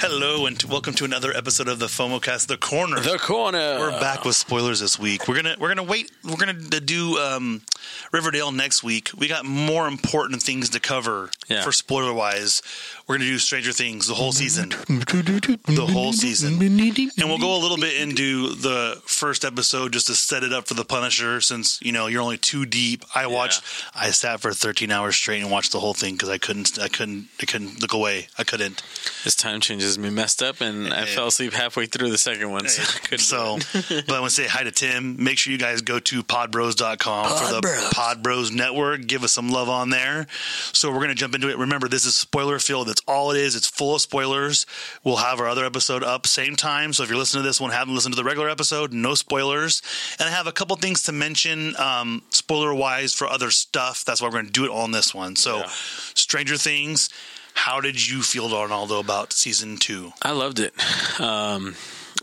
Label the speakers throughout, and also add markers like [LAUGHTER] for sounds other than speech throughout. Speaker 1: Hello and welcome to another episode of the FOMOcast, The Corner.
Speaker 2: The corner.
Speaker 1: we're back with spoilers this week. We're gonna we're gonna wait. We're gonna d- do um, Riverdale next week. We got more important things to cover
Speaker 2: Yeah.
Speaker 1: for spoiler wise. We're gonna do Stranger Things the whole season, the whole season, and we'll go a little bit into the first episode just to set it up for the Punisher. Since you know you're only two deep. I watched. I sat for 13 hours straight and watched the whole thing because I couldn't. I couldn't. I couldn't look away. I couldn't.
Speaker 2: This time changes me messed up, and I
Speaker 1: Hey.
Speaker 2: fell asleep halfway through the second one. So, I couldn't-
Speaker 1: So, [LAUGHS] but I want to say hi to Tim. Make sure you guys go to podbros.com for the Pod Bros Network. Give us some love on there. So, we're going to jump into it. Remember, this is spoiler filled. That's all it is. It's full of spoilers. We'll have our other episode up same time. So, if you're listening to this one, haven't listened to the regular episode, no spoilers. And I have a couple things to mention um, spoiler wise for other stuff. That's why we're going to do it all in this one. So,
Speaker 2: Yeah.
Speaker 1: Stranger Things. How did you feel, Arnaldo, about season two?
Speaker 2: I loved it. Um,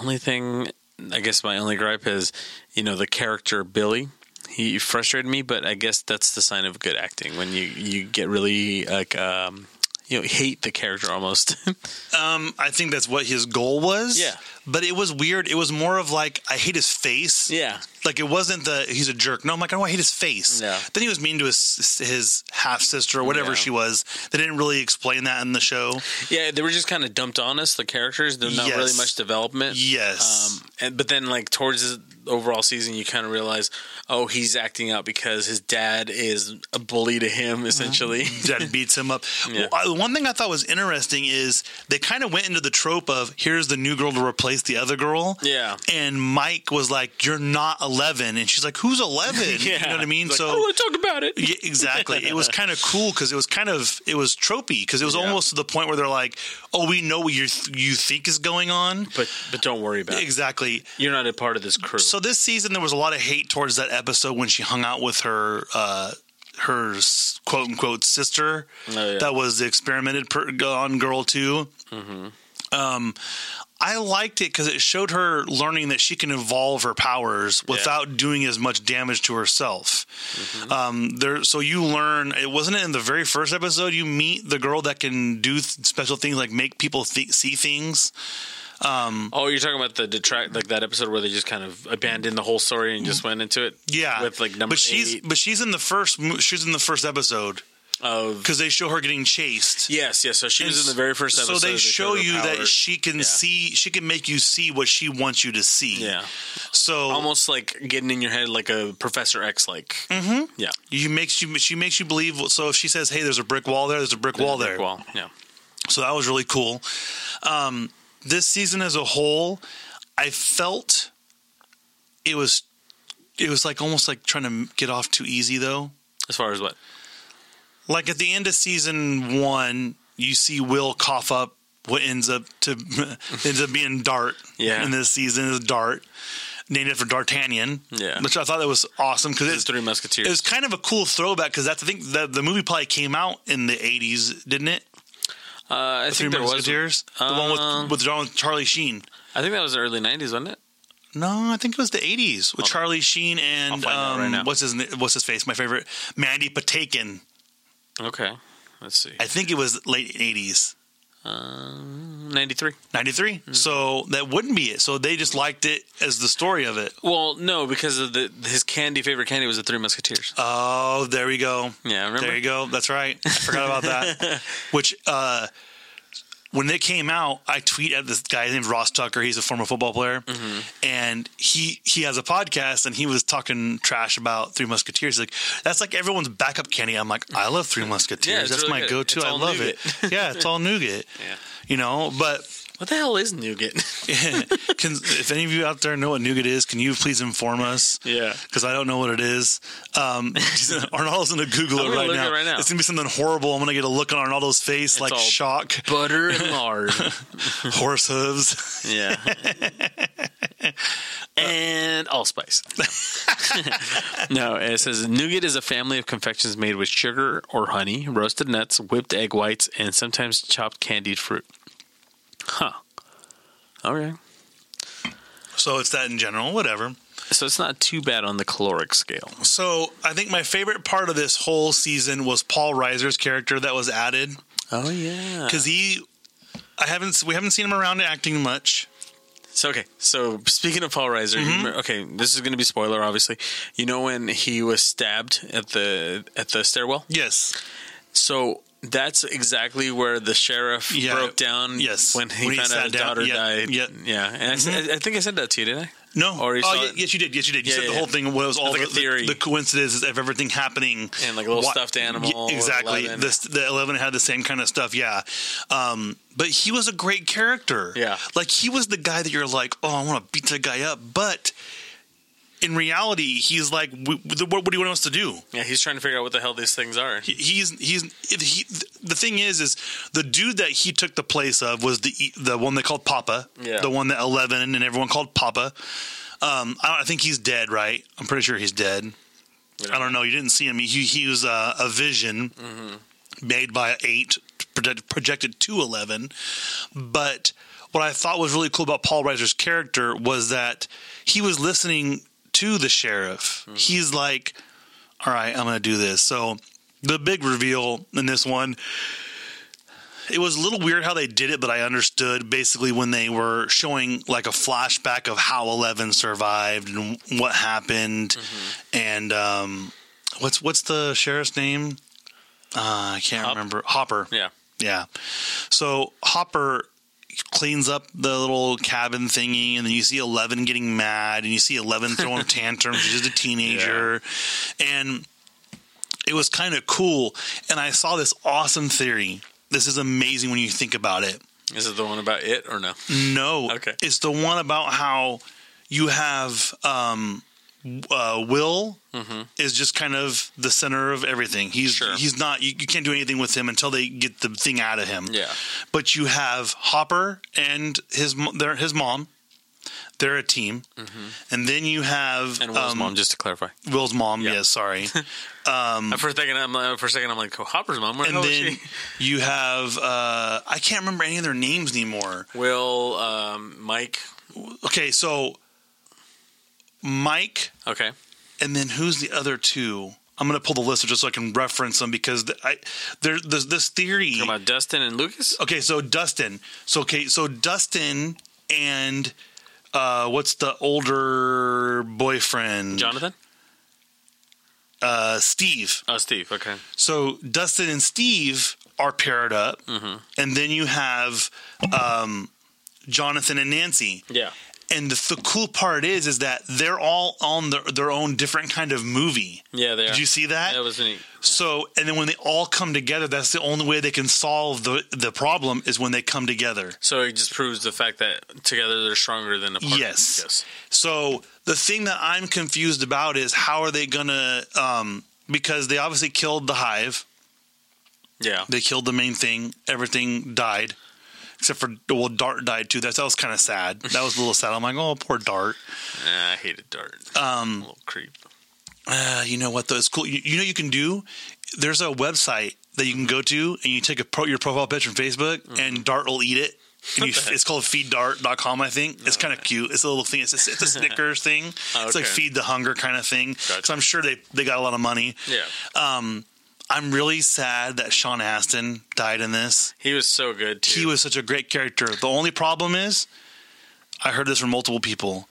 Speaker 2: only thing, I guess, my only gripe is, you know, the character Billy. He frustrated me, but I guess that's the sign of good acting when you you get really like um, you know hate the character almost. [LAUGHS]
Speaker 1: Um, I think that's what his goal was.
Speaker 2: Yeah.
Speaker 1: But it was weird. It was more of like I hate his face.
Speaker 2: yeah,
Speaker 1: Like it wasn't the he's a jerk. No, I'm like oh, I hate his face.
Speaker 2: Yeah.
Speaker 1: Then he was mean to his his half sister or whatever
Speaker 2: Yeah.
Speaker 1: she was. They didn't really explain that in the show.
Speaker 2: yeah, they were just kind of dumped on us. The characters, there's not
Speaker 1: Yes.
Speaker 2: really much development.
Speaker 1: Yes.
Speaker 2: Um, and, but then, like towards the overall season, you kind of realize, oh, he's acting out because his dad is a bully to him, essentially.
Speaker 1: Dad beats him up.
Speaker 2: Yeah.
Speaker 1: Well, I- one thing I thought was interesting is they kind of went into the trope of here's the new girl to replace the other girl.
Speaker 2: Yeah.
Speaker 1: And Mike was like, "You're not 11," and she's like, "Who's
Speaker 2: [LAUGHS]
Speaker 1: 11?" You know what I mean?
Speaker 2: He's like,
Speaker 1: so
Speaker 2: [LAUGHS] I don't want to talk about it.
Speaker 1: Yeah, exactly. It was kind of cool because it was kind of it was tropey because it was
Speaker 2: Yeah.
Speaker 1: almost to the point where they're like, "Oh, we know what you you think is going on."
Speaker 2: But but don't worry about it.
Speaker 1: Exactly.
Speaker 2: You're not a part of this crew.
Speaker 1: So this season there was a lot of hate towards that episode when she hung out with her uh, her quote unquote sister
Speaker 2: Oh, yeah.
Speaker 1: that was the experimented per- on girl too.
Speaker 2: Mm-hmm.
Speaker 1: Um, I liked it because it showed her learning that she can evolve her powers without doing as much damage to herself.
Speaker 2: Mm-hmm.
Speaker 1: Um, there, so you learn. It wasn't it in the very first episode you meet the girl that can do th- special things like make people th- see things.
Speaker 2: oh, you're talking about the detract like that episode where they just kind of abandoned the whole story and just went into it.
Speaker 1: Yeah,
Speaker 2: with like number
Speaker 1: but she's
Speaker 2: eight
Speaker 1: but she's in the first mo- she's in the first episode
Speaker 2: of
Speaker 1: because they show her getting chased.
Speaker 2: yes, yes. So she was
Speaker 1: And
Speaker 2: in the very first episode.
Speaker 1: So they show
Speaker 2: showed her
Speaker 1: you that
Speaker 2: powers.
Speaker 1: she can
Speaker 2: Yeah.
Speaker 1: see, she can make you see what she wants you to see.
Speaker 2: yeah,
Speaker 1: So
Speaker 2: almost like getting in your head like a Professor X like. Mm-hmm. Yeah,
Speaker 1: you makes you she makes you believe. So if she says, "Hey, there's a brick wall there. There's a brick wall there."
Speaker 2: Well, yeah.
Speaker 1: So that was really cool. Um, this season as a whole, I felt it was it was like almost like trying to get off too easy though.
Speaker 2: As far as what?
Speaker 1: Like at the end of season one, you see Will cough up what ends up to [LAUGHS] ends up being Dart.
Speaker 2: Yeah.
Speaker 1: and this season is Dart, named after D'Artagnan.
Speaker 2: Yeah.
Speaker 1: which I thought that was awesome because
Speaker 2: The
Speaker 1: it's
Speaker 2: Three Musketeers.
Speaker 1: it was kind of a cool throwback because that's I think the, the movie probably came out in the eighties, didn't it?
Speaker 2: uh, I
Speaker 1: Three
Speaker 2: think there was.
Speaker 1: Musketeers, the one
Speaker 2: Uh,
Speaker 1: with with John with Charlie Sheen.
Speaker 2: I think that was the early '90s, wasn't it?
Speaker 1: No, I think it was the eighties with Charlie Sheen and
Speaker 2: find out
Speaker 1: um,
Speaker 2: right now.
Speaker 1: what's his na- what's his face? My favorite, Mandy Patinkin.
Speaker 2: Okay. Let's see.
Speaker 1: I think it was late eighties.
Speaker 2: Um, 93.
Speaker 1: 93. So that wouldn't be it. So they just liked it as the story of it.
Speaker 2: Well, no, because of the his candy favorite candy was the Three Musketeers.
Speaker 1: Oh, there we go.
Speaker 2: yeah, remember?
Speaker 1: There you go. That's right. I forgot about [LAUGHS] that. Which, uh, when they came out, I tweet at this guy named Ross Tucker. He's a former football player, and he he has a podcast, and he was talking trash about Three Musketeers. Like that's like everyone's backup candy. I'm like, I love Three Musketeers.
Speaker 2: Yeah, it's
Speaker 1: that's
Speaker 2: really
Speaker 1: my
Speaker 2: good.
Speaker 1: go-to.
Speaker 2: It's
Speaker 1: I
Speaker 2: all
Speaker 1: love it.
Speaker 2: nougat.
Speaker 1: Yeah, it's all nougat.
Speaker 2: Yeah.
Speaker 1: You know, but [LAUGHS]
Speaker 2: What the hell is nougat? [LAUGHS]
Speaker 1: can, if any of you out there know what nougat is, can you please inform us?
Speaker 2: Yeah.
Speaker 1: because I don't know what it is. Um, [LAUGHS] Arnaldo's gonna Google
Speaker 2: I'm
Speaker 1: it,
Speaker 2: gonna
Speaker 1: right
Speaker 2: look it
Speaker 1: now.
Speaker 2: right now.
Speaker 1: It's gonna be something horrible. I'm gonna get a look on Arnaldo's face, like
Speaker 2: all-
Speaker 1: shock,
Speaker 2: [LAUGHS] Butter and lard.
Speaker 1: horse hooves.
Speaker 2: yeah. [LAUGHS] and allspice. [LAUGHS] no, it says nougat is a family of confections made with sugar or honey, roasted nuts, whipped egg whites, and sometimes chopped candied fruit. Huh. Okay.
Speaker 1: so it's that in general, whatever.
Speaker 2: So it's not too bad on the caloric scale.
Speaker 1: So I think my favorite part of this whole season was Paul Reiser's character that was added
Speaker 2: Oh yeah.
Speaker 1: because he. I haven't. We haven't seen him around acting much.
Speaker 2: So okay, so speaking of Paul Reiser, you remember- okay, this is going to be spoiler, obviously. You know when he was stabbed at the at the stairwell?
Speaker 1: Yes,
Speaker 2: So that's exactly where the sheriff
Speaker 1: Yeah.
Speaker 2: broke down.
Speaker 1: Yes.
Speaker 2: when he
Speaker 1: When he
Speaker 2: found
Speaker 1: sat
Speaker 2: out his
Speaker 1: down.
Speaker 2: daughter
Speaker 1: Yeah.
Speaker 2: died.
Speaker 1: Yeah. Mm-hmm.
Speaker 2: yeah. And I s- I, I think I said that to you, didn't I?
Speaker 1: no.
Speaker 2: Or you
Speaker 1: oh,
Speaker 2: saw
Speaker 1: ye-
Speaker 2: it.
Speaker 1: yes, you did. Yes, you did. You
Speaker 2: Yeah,
Speaker 1: said the
Speaker 2: yeah.
Speaker 1: whole thing was all
Speaker 2: like a
Speaker 1: the,
Speaker 2: theory.
Speaker 1: the coincidences of everything happening
Speaker 2: And, like, a little
Speaker 1: Why-
Speaker 2: stuffed animal
Speaker 1: Ye-
Speaker 2: or
Speaker 1: Exactly.
Speaker 2: 11.
Speaker 1: This the eleven had the same kind of stuff. Yeah, um, but he was a great character.
Speaker 2: Yeah.
Speaker 1: like he was the guy that you're like, oh, I want to beat that guy up, but. In reality, he's like, w- w- what, what do you want us to do?
Speaker 2: Yeah, he's trying to figure out what the hell these things are.
Speaker 1: He- he's he's if he the thing is is the dude that he took the place of was the the one they called Papa,
Speaker 2: Yeah.
Speaker 1: the one that Eleven and everyone called Papa. Um, I, don't, I think he's dead, right? I'm pretty sure he's dead. I don't know. You didn't see him. He he was uh, a vision made by eight project, projected to eleven, but. What I thought was really cool about Paul Reiser's character was that he was listening to the sheriff. He's like, all right, I'm going to do this. So the big reveal in this one, it was a little weird how they did it, but I understood basically when they were showing like a flashback of how Eleven survived and what happened, and um, what's what's the sheriff's name? Uh, I can't
Speaker 2: Hop?
Speaker 1: remember. Hopper.
Speaker 2: Yeah.
Speaker 1: Yeah. So Hopper cleans up the little cabin thingy, and then you see Eleven getting mad, and you see Eleven
Speaker 2: [LAUGHS]
Speaker 1: throwing tantrums. She's just a teenager, and it was kind of cool. And I saw this awesome theory. This is amazing when you think about it.
Speaker 2: Is it the one about it or no?
Speaker 1: Mm-hmm. No,
Speaker 2: Okay.
Speaker 1: it's the one about how you have um, uh, Will is just kind of the center of everything. He's
Speaker 2: Mm-hmm. Sure.
Speaker 1: he's not. You, you can't do anything with him until they get the thing out of him
Speaker 2: Yeah.
Speaker 1: but you have Hopper and his mo- their his mom. They're a team, and then you have
Speaker 2: Mm-hmm. And Will's
Speaker 1: um,
Speaker 2: mom, just to clarify.
Speaker 1: Will's mom.
Speaker 2: Yeah.
Speaker 1: Yes,
Speaker 2: [LAUGHS]
Speaker 1: sorry.
Speaker 2: for a second, I'm like, for a second, I'm like, oh, Hopper's mom. Where the
Speaker 1: and
Speaker 2: hell
Speaker 1: then
Speaker 2: is she?
Speaker 1: you have uh, I can't remember any of their names anymore.
Speaker 2: Will, um, Mike.
Speaker 1: Okay, so Mike,
Speaker 2: Okay.
Speaker 1: and then who's the other two? I'm gonna pull the list just so I can reference them because th- I there there's this theory.
Speaker 2: Talking about Dustin and Lucas.
Speaker 1: Okay, so Dustin. So okay, so Dustin and uh, what's the older boyfriend?
Speaker 2: Jonathan.
Speaker 1: Uh, Steve.
Speaker 2: Oh, Steve. Okay.
Speaker 1: So Dustin and Steve are paired up,
Speaker 2: Mm-hmm.
Speaker 1: and then you have um, Jonathan and Nancy.
Speaker 2: Yeah.
Speaker 1: And the, the cool part is, is that they're all on their, their own different kind of movie.
Speaker 2: Yeah. They are.
Speaker 1: Did you see that?
Speaker 2: That was neat.
Speaker 1: So, and then when they all come together, that's the only way they can solve the the problem is when they come together.
Speaker 2: So it just proves the fact that together they're stronger than apart.
Speaker 1: Yes. So the thing that I'm confused about is how are they gonna? Um, because they obviously killed the hive.
Speaker 2: Yeah.
Speaker 1: They killed the main thing. Everything died, except for well, Dart died too. That's that was kind of sad. That was a little sad. I'm like, oh, poor Dart.
Speaker 2: Nah, I hated Dart. Um, little creep.
Speaker 1: Uh, you know what? Though it's cool. You, you know, you can do. There's a website that you can go to, and you take a pro, your profile picture from Facebook,
Speaker 2: Mm-hmm.
Speaker 1: and Dart will eat it. And you, it's called feeddart.com, I think. It's kind of cute. It's a little thing. It's a,
Speaker 2: [LAUGHS]
Speaker 1: it's a Snickers thing. It's like
Speaker 2: Oh, okay.
Speaker 1: feed the hunger kind of thing. Because
Speaker 2: Gotcha.
Speaker 1: I'm sure they, they got a lot of money.
Speaker 2: Yeah.
Speaker 1: I'm really sad that Sean Astin died in this.
Speaker 2: He was so good too.
Speaker 1: He was such a great character. The only problem is, I heard this from multiple people.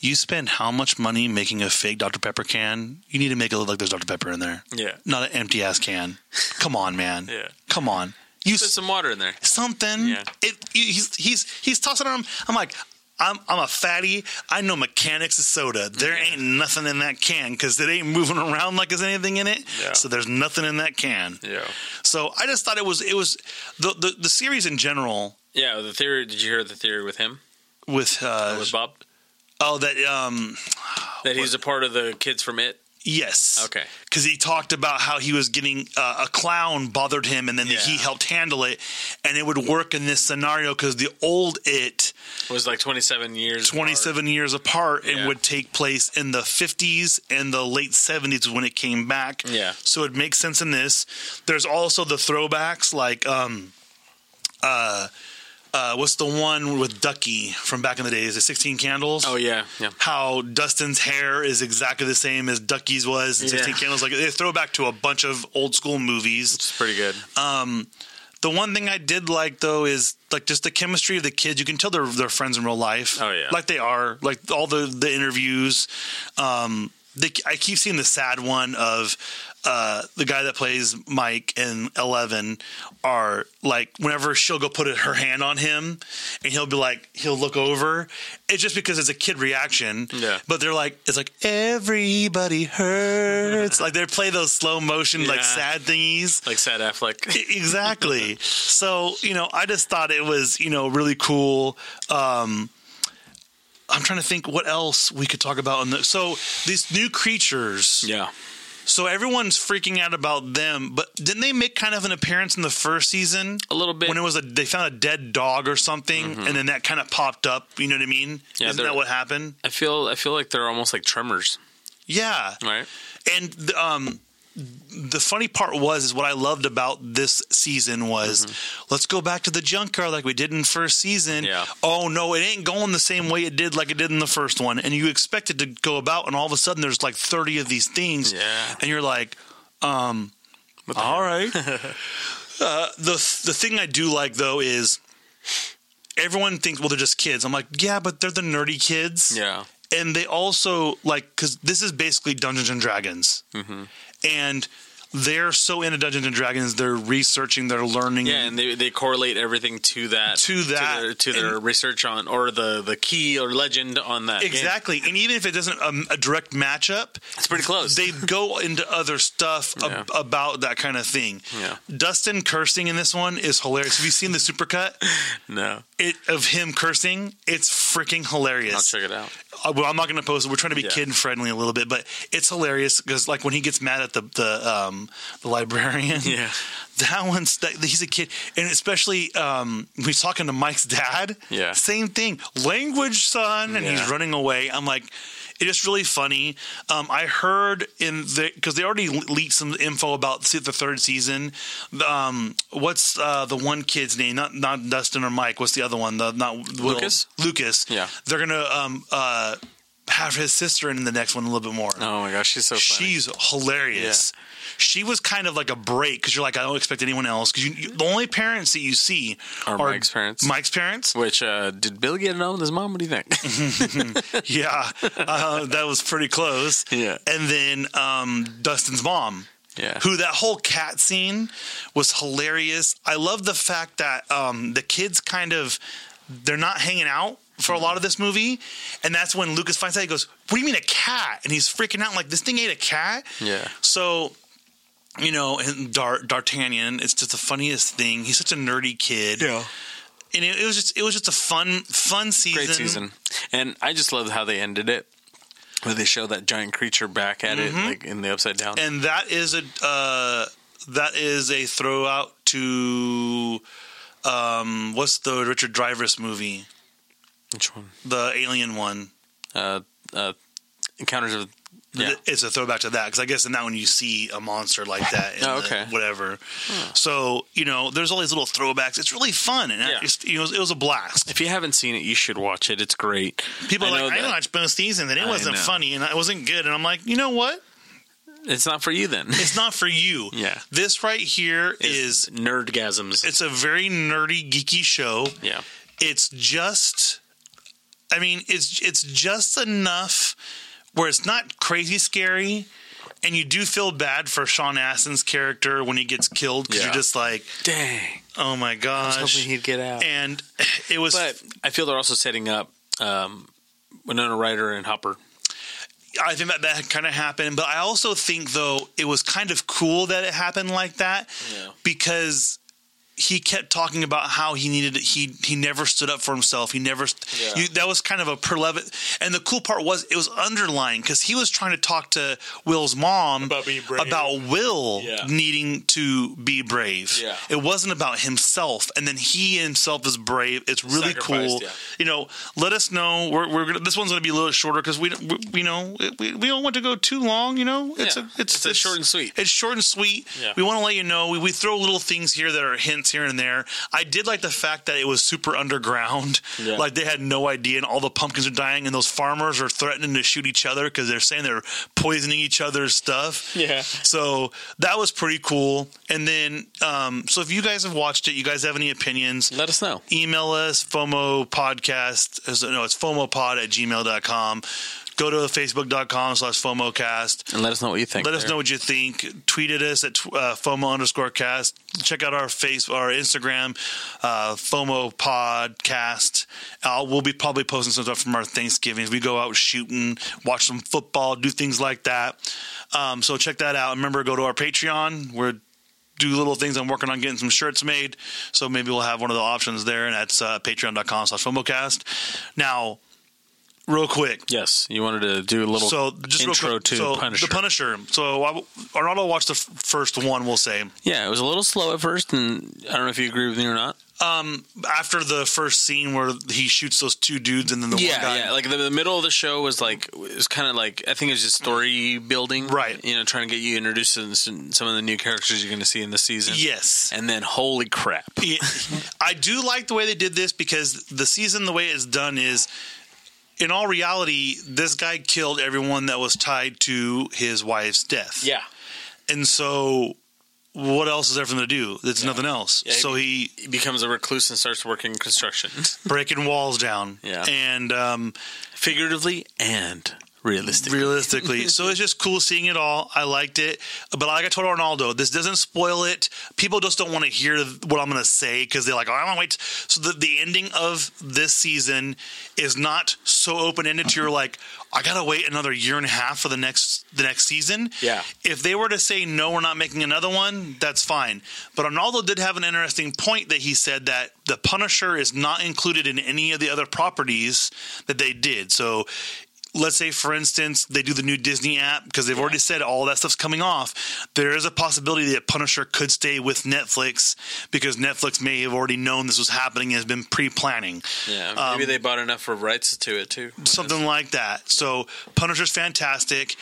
Speaker 1: You spend how much money making a fake Dr. Pepper can? You need to make it look like there's Dr. Pepper in there.
Speaker 2: Yeah.
Speaker 1: not an empty ass can. Come on, man.
Speaker 2: Yeah.
Speaker 1: Come on. You
Speaker 2: Put
Speaker 1: s-
Speaker 2: some water in there.
Speaker 1: something.
Speaker 2: Yeah.
Speaker 1: It, he's he's he's tossing around. I'm like, I'm I'm a fatty. I know mechanics of soda. There ain't nothing in that can because it ain't moving around like there's anything in it.
Speaker 2: Yeah.
Speaker 1: So there's nothing in that can.
Speaker 2: Yeah.
Speaker 1: So I just thought it was it was the the, the series in general
Speaker 2: Yeah. The theory. Did you hear the theory with him?
Speaker 1: with uh
Speaker 2: With Bob.
Speaker 1: oh that um
Speaker 2: That he's a part of the kids from it.
Speaker 1: yes
Speaker 2: Okay.
Speaker 1: because he talked about how he was getting uh, a clown bothered him and then
Speaker 2: Yeah.
Speaker 1: he helped handle it and it would work in this scenario because the old it
Speaker 2: It was like 27 years. apart.
Speaker 1: 27 years apart and
Speaker 2: Yeah.
Speaker 1: would take place in the 50s and the late 70s when it came back
Speaker 2: Yeah.
Speaker 1: so it makes sense in this there's also the throwbacks like um uh uh what's the one with ducky from back in the days the 16 candles
Speaker 2: Oh yeah. Yeah.
Speaker 1: how Dustin's hair is exactly the same as Ducky's was in
Speaker 2: Yeah.
Speaker 1: 16 Candles. Like they throw back to a bunch of old school movies.
Speaker 2: It's pretty good.
Speaker 1: The one thing I did like though is like just the chemistry of the kids. You can tell they're they're friends in real life.
Speaker 2: Oh, yeah.
Speaker 1: like they are. Like all the the interviews. Um, they, I keep seeing the sad one of uh, the guy that plays Mike in Eleven. Are like whenever she'll go put her hand on him, and he'll be like he'll look over. It's just because it's a kid reaction.
Speaker 2: Yeah.
Speaker 1: But they're like it's like everybody
Speaker 2: [LAUGHS]
Speaker 1: hurts. like they play those slow motion like
Speaker 2: Yeah.
Speaker 1: sad thingies.
Speaker 2: Like
Speaker 1: [LAUGHS]
Speaker 2: Sad Affleck.
Speaker 1: exactly. so you know, I just thought it was you know really cool. Um, I'm trying to think what else we could talk about. In the, so these new creatures.
Speaker 2: Yeah.
Speaker 1: So everyone's freaking out about them, but didn't they make kind of an appearance in the first season?
Speaker 2: A little bit.
Speaker 1: When it was a, they found a dead dog or something, and then that kind of popped up. You know what I mean?
Speaker 2: Mm-hmm. Yeah,
Speaker 1: Isn't
Speaker 2: they're-
Speaker 1: that what happened?
Speaker 2: I feel I feel like they're almost like tremors,
Speaker 1: Yeah.
Speaker 2: right?
Speaker 1: And th- um, the funny part was is what I loved about this season was let's go back to the junk car like we did in first season.
Speaker 2: Mm-hmm. Yeah.
Speaker 1: Oh no, it ain't going the same way it did like it did in the first one, and you expect it to go about, and all of a sudden there's like thirty of these things,
Speaker 2: Yeah.
Speaker 1: and you're like, um, all
Speaker 2: [LAUGHS]
Speaker 1: right. uh, the the thing I do like though is. Everyone thinks, well, they're just kids. I'm like, yeah, but they're the nerdy kids
Speaker 2: Yeah.
Speaker 1: and they also like because this is basically Dungeons and Dragons,
Speaker 2: Mm-hmm.
Speaker 1: and they're so into Dungeons and Dragons, they're researching, they're learning.
Speaker 2: Yeah, and they, they correlate everything to that
Speaker 1: To that,
Speaker 2: to their, to their research on or the the key or legend on that. game.
Speaker 1: exactly. And even if it doesn't um, a direct matchup,
Speaker 2: it's pretty close. [LAUGHS]
Speaker 1: they go into other stuff ab-
Speaker 2: Yeah.
Speaker 1: about that kind of thing.
Speaker 2: Yeah.
Speaker 1: Dustin cursing in this one is hilarious. Have you seen the supercut
Speaker 2: no,
Speaker 1: it, of him cursing? It's freaking hilarious.
Speaker 2: I'll check it out.
Speaker 1: Uh, well, I'm not going to post it. We're trying to be
Speaker 2: Yeah.
Speaker 1: kid friendly a little bit, but it's hilarious because like when he gets mad at the the um, the librarian,
Speaker 2: Yeah.
Speaker 1: [LAUGHS] that one's that, he's a kid, and especially um, when he's talking to Mike's dad,
Speaker 2: Yeah.
Speaker 1: same thing, language, son, and he's
Speaker 2: Yeah.
Speaker 1: running away. I'm like. It is really funny. Um, I heard in the because they already le- leaked some info about se- the third season. Um, what's uh, the one kid's name? Not not Dustin or Mike. What's the other one? The not Will-
Speaker 2: Lucas?
Speaker 1: Lucas.
Speaker 2: Yeah.
Speaker 1: They're gonna um uh have his sister in the next one a little bit more.
Speaker 2: Oh my gosh, she's so funny.
Speaker 1: She's hilarious. She was kind of like a break because you're like I don't expect anyone else because you, you, the only parents that you see
Speaker 2: Are Mike's parents.
Speaker 1: Mike's parents,
Speaker 2: Which uh, did Bill get it on with his mom? What do you think?
Speaker 1: [LAUGHS] yeah, uh, that was pretty close.
Speaker 2: [LAUGHS] Yeah.
Speaker 1: and then um, Dustin's mom,
Speaker 2: Yeah.
Speaker 1: who that whole cat scene was hilarious. I love the fact that um, the kids kind of they're not hanging out for a lot of this movie, and that's when Lucas finds out. He goes, "What do you mean a cat?" And he's freaking out like this thing ate a cat.
Speaker 2: Yeah.
Speaker 1: So. You know, and Dar- D'Artagnan, it's just the funniest thing. He's such a nerdy kid. And it, it was just it was just a fun fun season.
Speaker 2: [LAUGHS] great season, and I just love how they ended it, where they show that giant creature back at it, like in the upside down.
Speaker 1: Mm-hmm. and that is a uh, that is a throwout to um, what's the Richard Dreyfuss movie,
Speaker 2: Which one?
Speaker 1: the Alien one.
Speaker 2: Uh, uh, Encounters of yeah.
Speaker 1: It's a throwback to that because I guess in that one you see a monster like that, [LAUGHS] in
Speaker 2: Oh,
Speaker 1: the-
Speaker 2: okay.
Speaker 1: whatever. So you know, there's all these little throwbacks. It's really fun, and I
Speaker 2: Yeah.
Speaker 1: just- you know, it was a blast.
Speaker 2: If you haven't seen it, you should watch it. It's great.
Speaker 1: People are like,
Speaker 2: that-
Speaker 1: I watched both seasons, and it
Speaker 2: I
Speaker 1: wasn't
Speaker 2: know.
Speaker 1: funny, and it wasn't good, and I'm like, you know what?
Speaker 2: It's not for you then. [LAUGHS]
Speaker 1: It's not for you.
Speaker 2: Yeah.
Speaker 1: this right here is
Speaker 2: nerdgasms.
Speaker 1: it's a very nerdy, geeky show.
Speaker 2: yeah.
Speaker 1: it's just i mean it's it's just enough where it's not crazy scary and you do feel bad for Sean Astin's character when he gets killed because
Speaker 2: Yeah.
Speaker 1: you're just like,
Speaker 2: Dang.
Speaker 1: oh my gosh.
Speaker 2: he'd get out.
Speaker 1: And it was,
Speaker 2: But I feel they're also setting up um, Winona Ryder and Hopper.
Speaker 1: I think that that kind of happened. But I also think, though, it was kind of cool that it happened like that
Speaker 2: Yeah.
Speaker 1: because he kept talking about how he needed he he never stood up for himself he never
Speaker 2: Yeah.
Speaker 1: you, that was kind of a perlev and the cool part was it was underlying because he was trying to talk to will's mom
Speaker 2: About being brave.
Speaker 1: about will
Speaker 2: Yeah.
Speaker 1: needing to be brave
Speaker 2: Yeah.
Speaker 1: it wasn't about himself and then he himself is brave it's really cool
Speaker 2: Sacrificed, yeah.
Speaker 1: you know let us know we're, we're gonna this one's gonna be a little shorter because we, we you know we, we don't want to go too long you know it's
Speaker 2: Yeah.
Speaker 1: a it's,
Speaker 2: It's a short and sweet.
Speaker 1: it's short and sweet.
Speaker 2: Yeah.
Speaker 1: We want to let you know. We, we throw little things here that are hints moments here and there. I did like the fact that it was super underground.
Speaker 2: Yeah.
Speaker 1: Like they had no idea, and all the pumpkins are dying, and those farmers are threatening to shoot each other because they're saying they're poisoning each other's stuff.
Speaker 2: Yeah.
Speaker 1: So that was pretty cool. And then, um, so if you guys have watched it, you guys have any opinions,
Speaker 2: Let us know.
Speaker 1: email us FOMO podcast. is- No, it's FOMOpod at gmail.com. Go to facebook.com slash FOMOcast.
Speaker 2: And let us know what you think.
Speaker 1: Let us know what you think. Tweet at us at tw- uh, FOMO underscore cast. Check out our face, our Instagram, uh, FOMO podcast. Uh, we'll be probably posting some stuff from our Thanksgiving. We go out shooting, watch some football, do things like that. Um, so check that out. Remember, go to our Patreon. We're do little things. I'm working on getting some shirts made, so maybe we'll have one of the options there, and that's uh, patreon.com slash FOMOcast. Now, real quick,
Speaker 2: Yes, you wanted to do a little
Speaker 1: so just real
Speaker 2: intro
Speaker 1: quick,
Speaker 2: to
Speaker 1: so
Speaker 2: Punisher.
Speaker 1: The Punisher. So I, Arnaldo watched the f- first one. We'll say
Speaker 2: yeah, it was a little slow at first, and I don't know if you agree with me or not.
Speaker 1: after the first scene where he shoots those two dudes and then the one
Speaker 2: Yeah,
Speaker 1: guy.
Speaker 2: yeah. Like the, the middle of the show was like it was kind of like I think it was just story building,
Speaker 1: Right.
Speaker 2: You know, trying to get you introduced to some, some of the new characters you're going to see in the season.
Speaker 1: Yes.
Speaker 2: and then holy crap,
Speaker 1: Yeah. I do like the way they did this because the season, the way it's done, is in all reality, this guy killed everyone that was tied to his wife's death.
Speaker 2: yeah.
Speaker 1: And so, what else is there for him to do? It's nothing else.
Speaker 2: Yeah,
Speaker 1: so
Speaker 2: [LAUGHS]
Speaker 1: he
Speaker 2: He becomes a recluse and starts working construction, [LAUGHS]
Speaker 1: breaking walls down.
Speaker 2: Yeah.
Speaker 1: And um,
Speaker 2: figuratively and realistically.
Speaker 1: realistically, so it's just cool seeing it all. I liked it, but like I told Arnaldo, this doesn't spoil it. People just don't want to hear what I'm going to say because they're like, "Oh, I want to wait." So the, the ending of this season is not so open ended to your like, I gotta wait another year and a half for the next the next season.
Speaker 2: Yeah.
Speaker 1: If they were to say no, we're not making another one, that's fine. But Arnaldo did have an interesting point that he said that the Punisher is not included in any of the other properties that they did. So let's say for instance they do the new Disney app because they've already said all that stuff's coming off. There is a possibility that Punisher could stay with Netflix because Netflix may have already known this was happening and has been pre-planning Um,
Speaker 2: Yeah, maybe they bought enough for rights to it too.
Speaker 1: something like that. So Punisher's fantastic.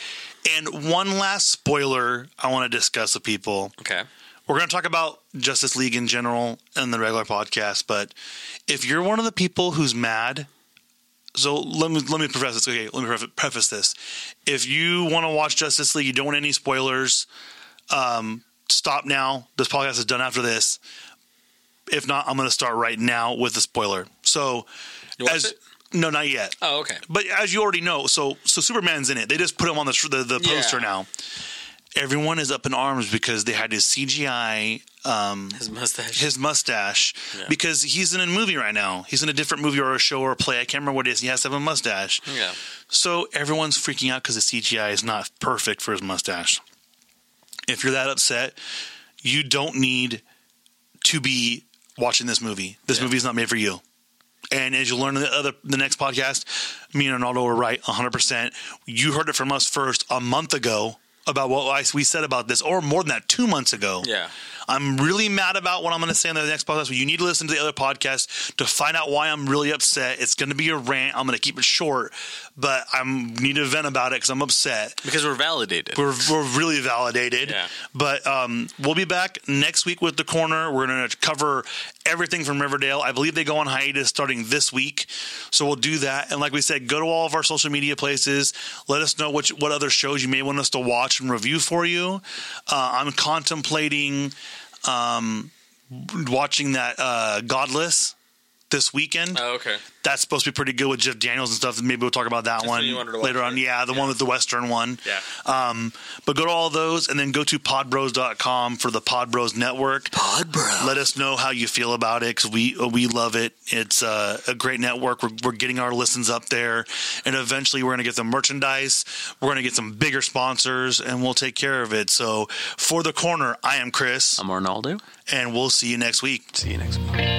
Speaker 1: And one last spoiler I want to discuss with people.
Speaker 2: Okay.
Speaker 1: We're going to talk about Justice League in general and the regular podcast, but if you're one of the people who's mad, so let me let me preface this. Okay, let me preface- preface this. If you want to watch Justice League, you don't want any spoilers. Um, stop now. This podcast is done after this. If not, I'm going to start right now with the spoiler. So,
Speaker 2: You watched
Speaker 1: as
Speaker 2: it?
Speaker 1: no, not yet.
Speaker 2: Oh, okay.
Speaker 1: But as you already know, so so Superman's in it. They just put him on the tr- the, the
Speaker 2: Yeah.
Speaker 1: poster now. Everyone is up in arms because they had to CGI um,
Speaker 2: His mustache.
Speaker 1: his mustache
Speaker 2: Yeah.
Speaker 1: because he's in a movie right now. He's in a different movie or a show or a play. I can't remember what it is. He has to have a mustache.
Speaker 2: yeah.
Speaker 1: So everyone's freaking out because the CGI is not perfect for his mustache. If you're that upset, you don't need to be watching this movie. This
Speaker 2: Yeah.
Speaker 1: movie is not made for you. And as you learn in the other the next podcast, me and Arnaldo were right 100%. You heard it from us first a month ago about what I, we said about this, or more than that, two months ago.
Speaker 2: Yeah.
Speaker 1: I'm really mad about what I'm going to say on the next podcast, but you need to listen to the other podcast to find out why I'm really upset. It's going to be a rant. I'm going to keep it short, but I need to vent about it because I'm upset.
Speaker 2: Because we're validated.
Speaker 1: We're, we're really validated.
Speaker 2: Yeah.
Speaker 1: But um, we'll be back next week with The Corner. We're going to cover everything from Riverdale. I believe they go on hiatus starting this week. So we'll do that. And like we said, go to all of our social media places. Let us know which, what other shows you may want us to watch and review for you. Uh, I'm contemplating um, watching that uh, Godless this weekend
Speaker 2: oh, okay.
Speaker 1: that's supposed to be pretty good with Jeff Daniels and stuff. Maybe we'll talk about that
Speaker 2: what
Speaker 1: one
Speaker 2: you wanted to watch,
Speaker 1: later on.
Speaker 2: right?
Speaker 1: Yeah, the one with the Western one.
Speaker 2: Yeah.
Speaker 1: Um, but go to all those and then go to podbros.com for the Pod Bros Network.
Speaker 2: Pod bro.
Speaker 1: Let us know how you feel about it because we uh, we love it. It's uh, a great network. We're, we're getting our listens up there, and eventually we're going to get some merchandise. We're going to get some bigger sponsors, and we'll take care of it. So for the corner, I am Chris,
Speaker 2: I'm Arnaldo.
Speaker 1: and we'll see you next week.
Speaker 2: See you next week.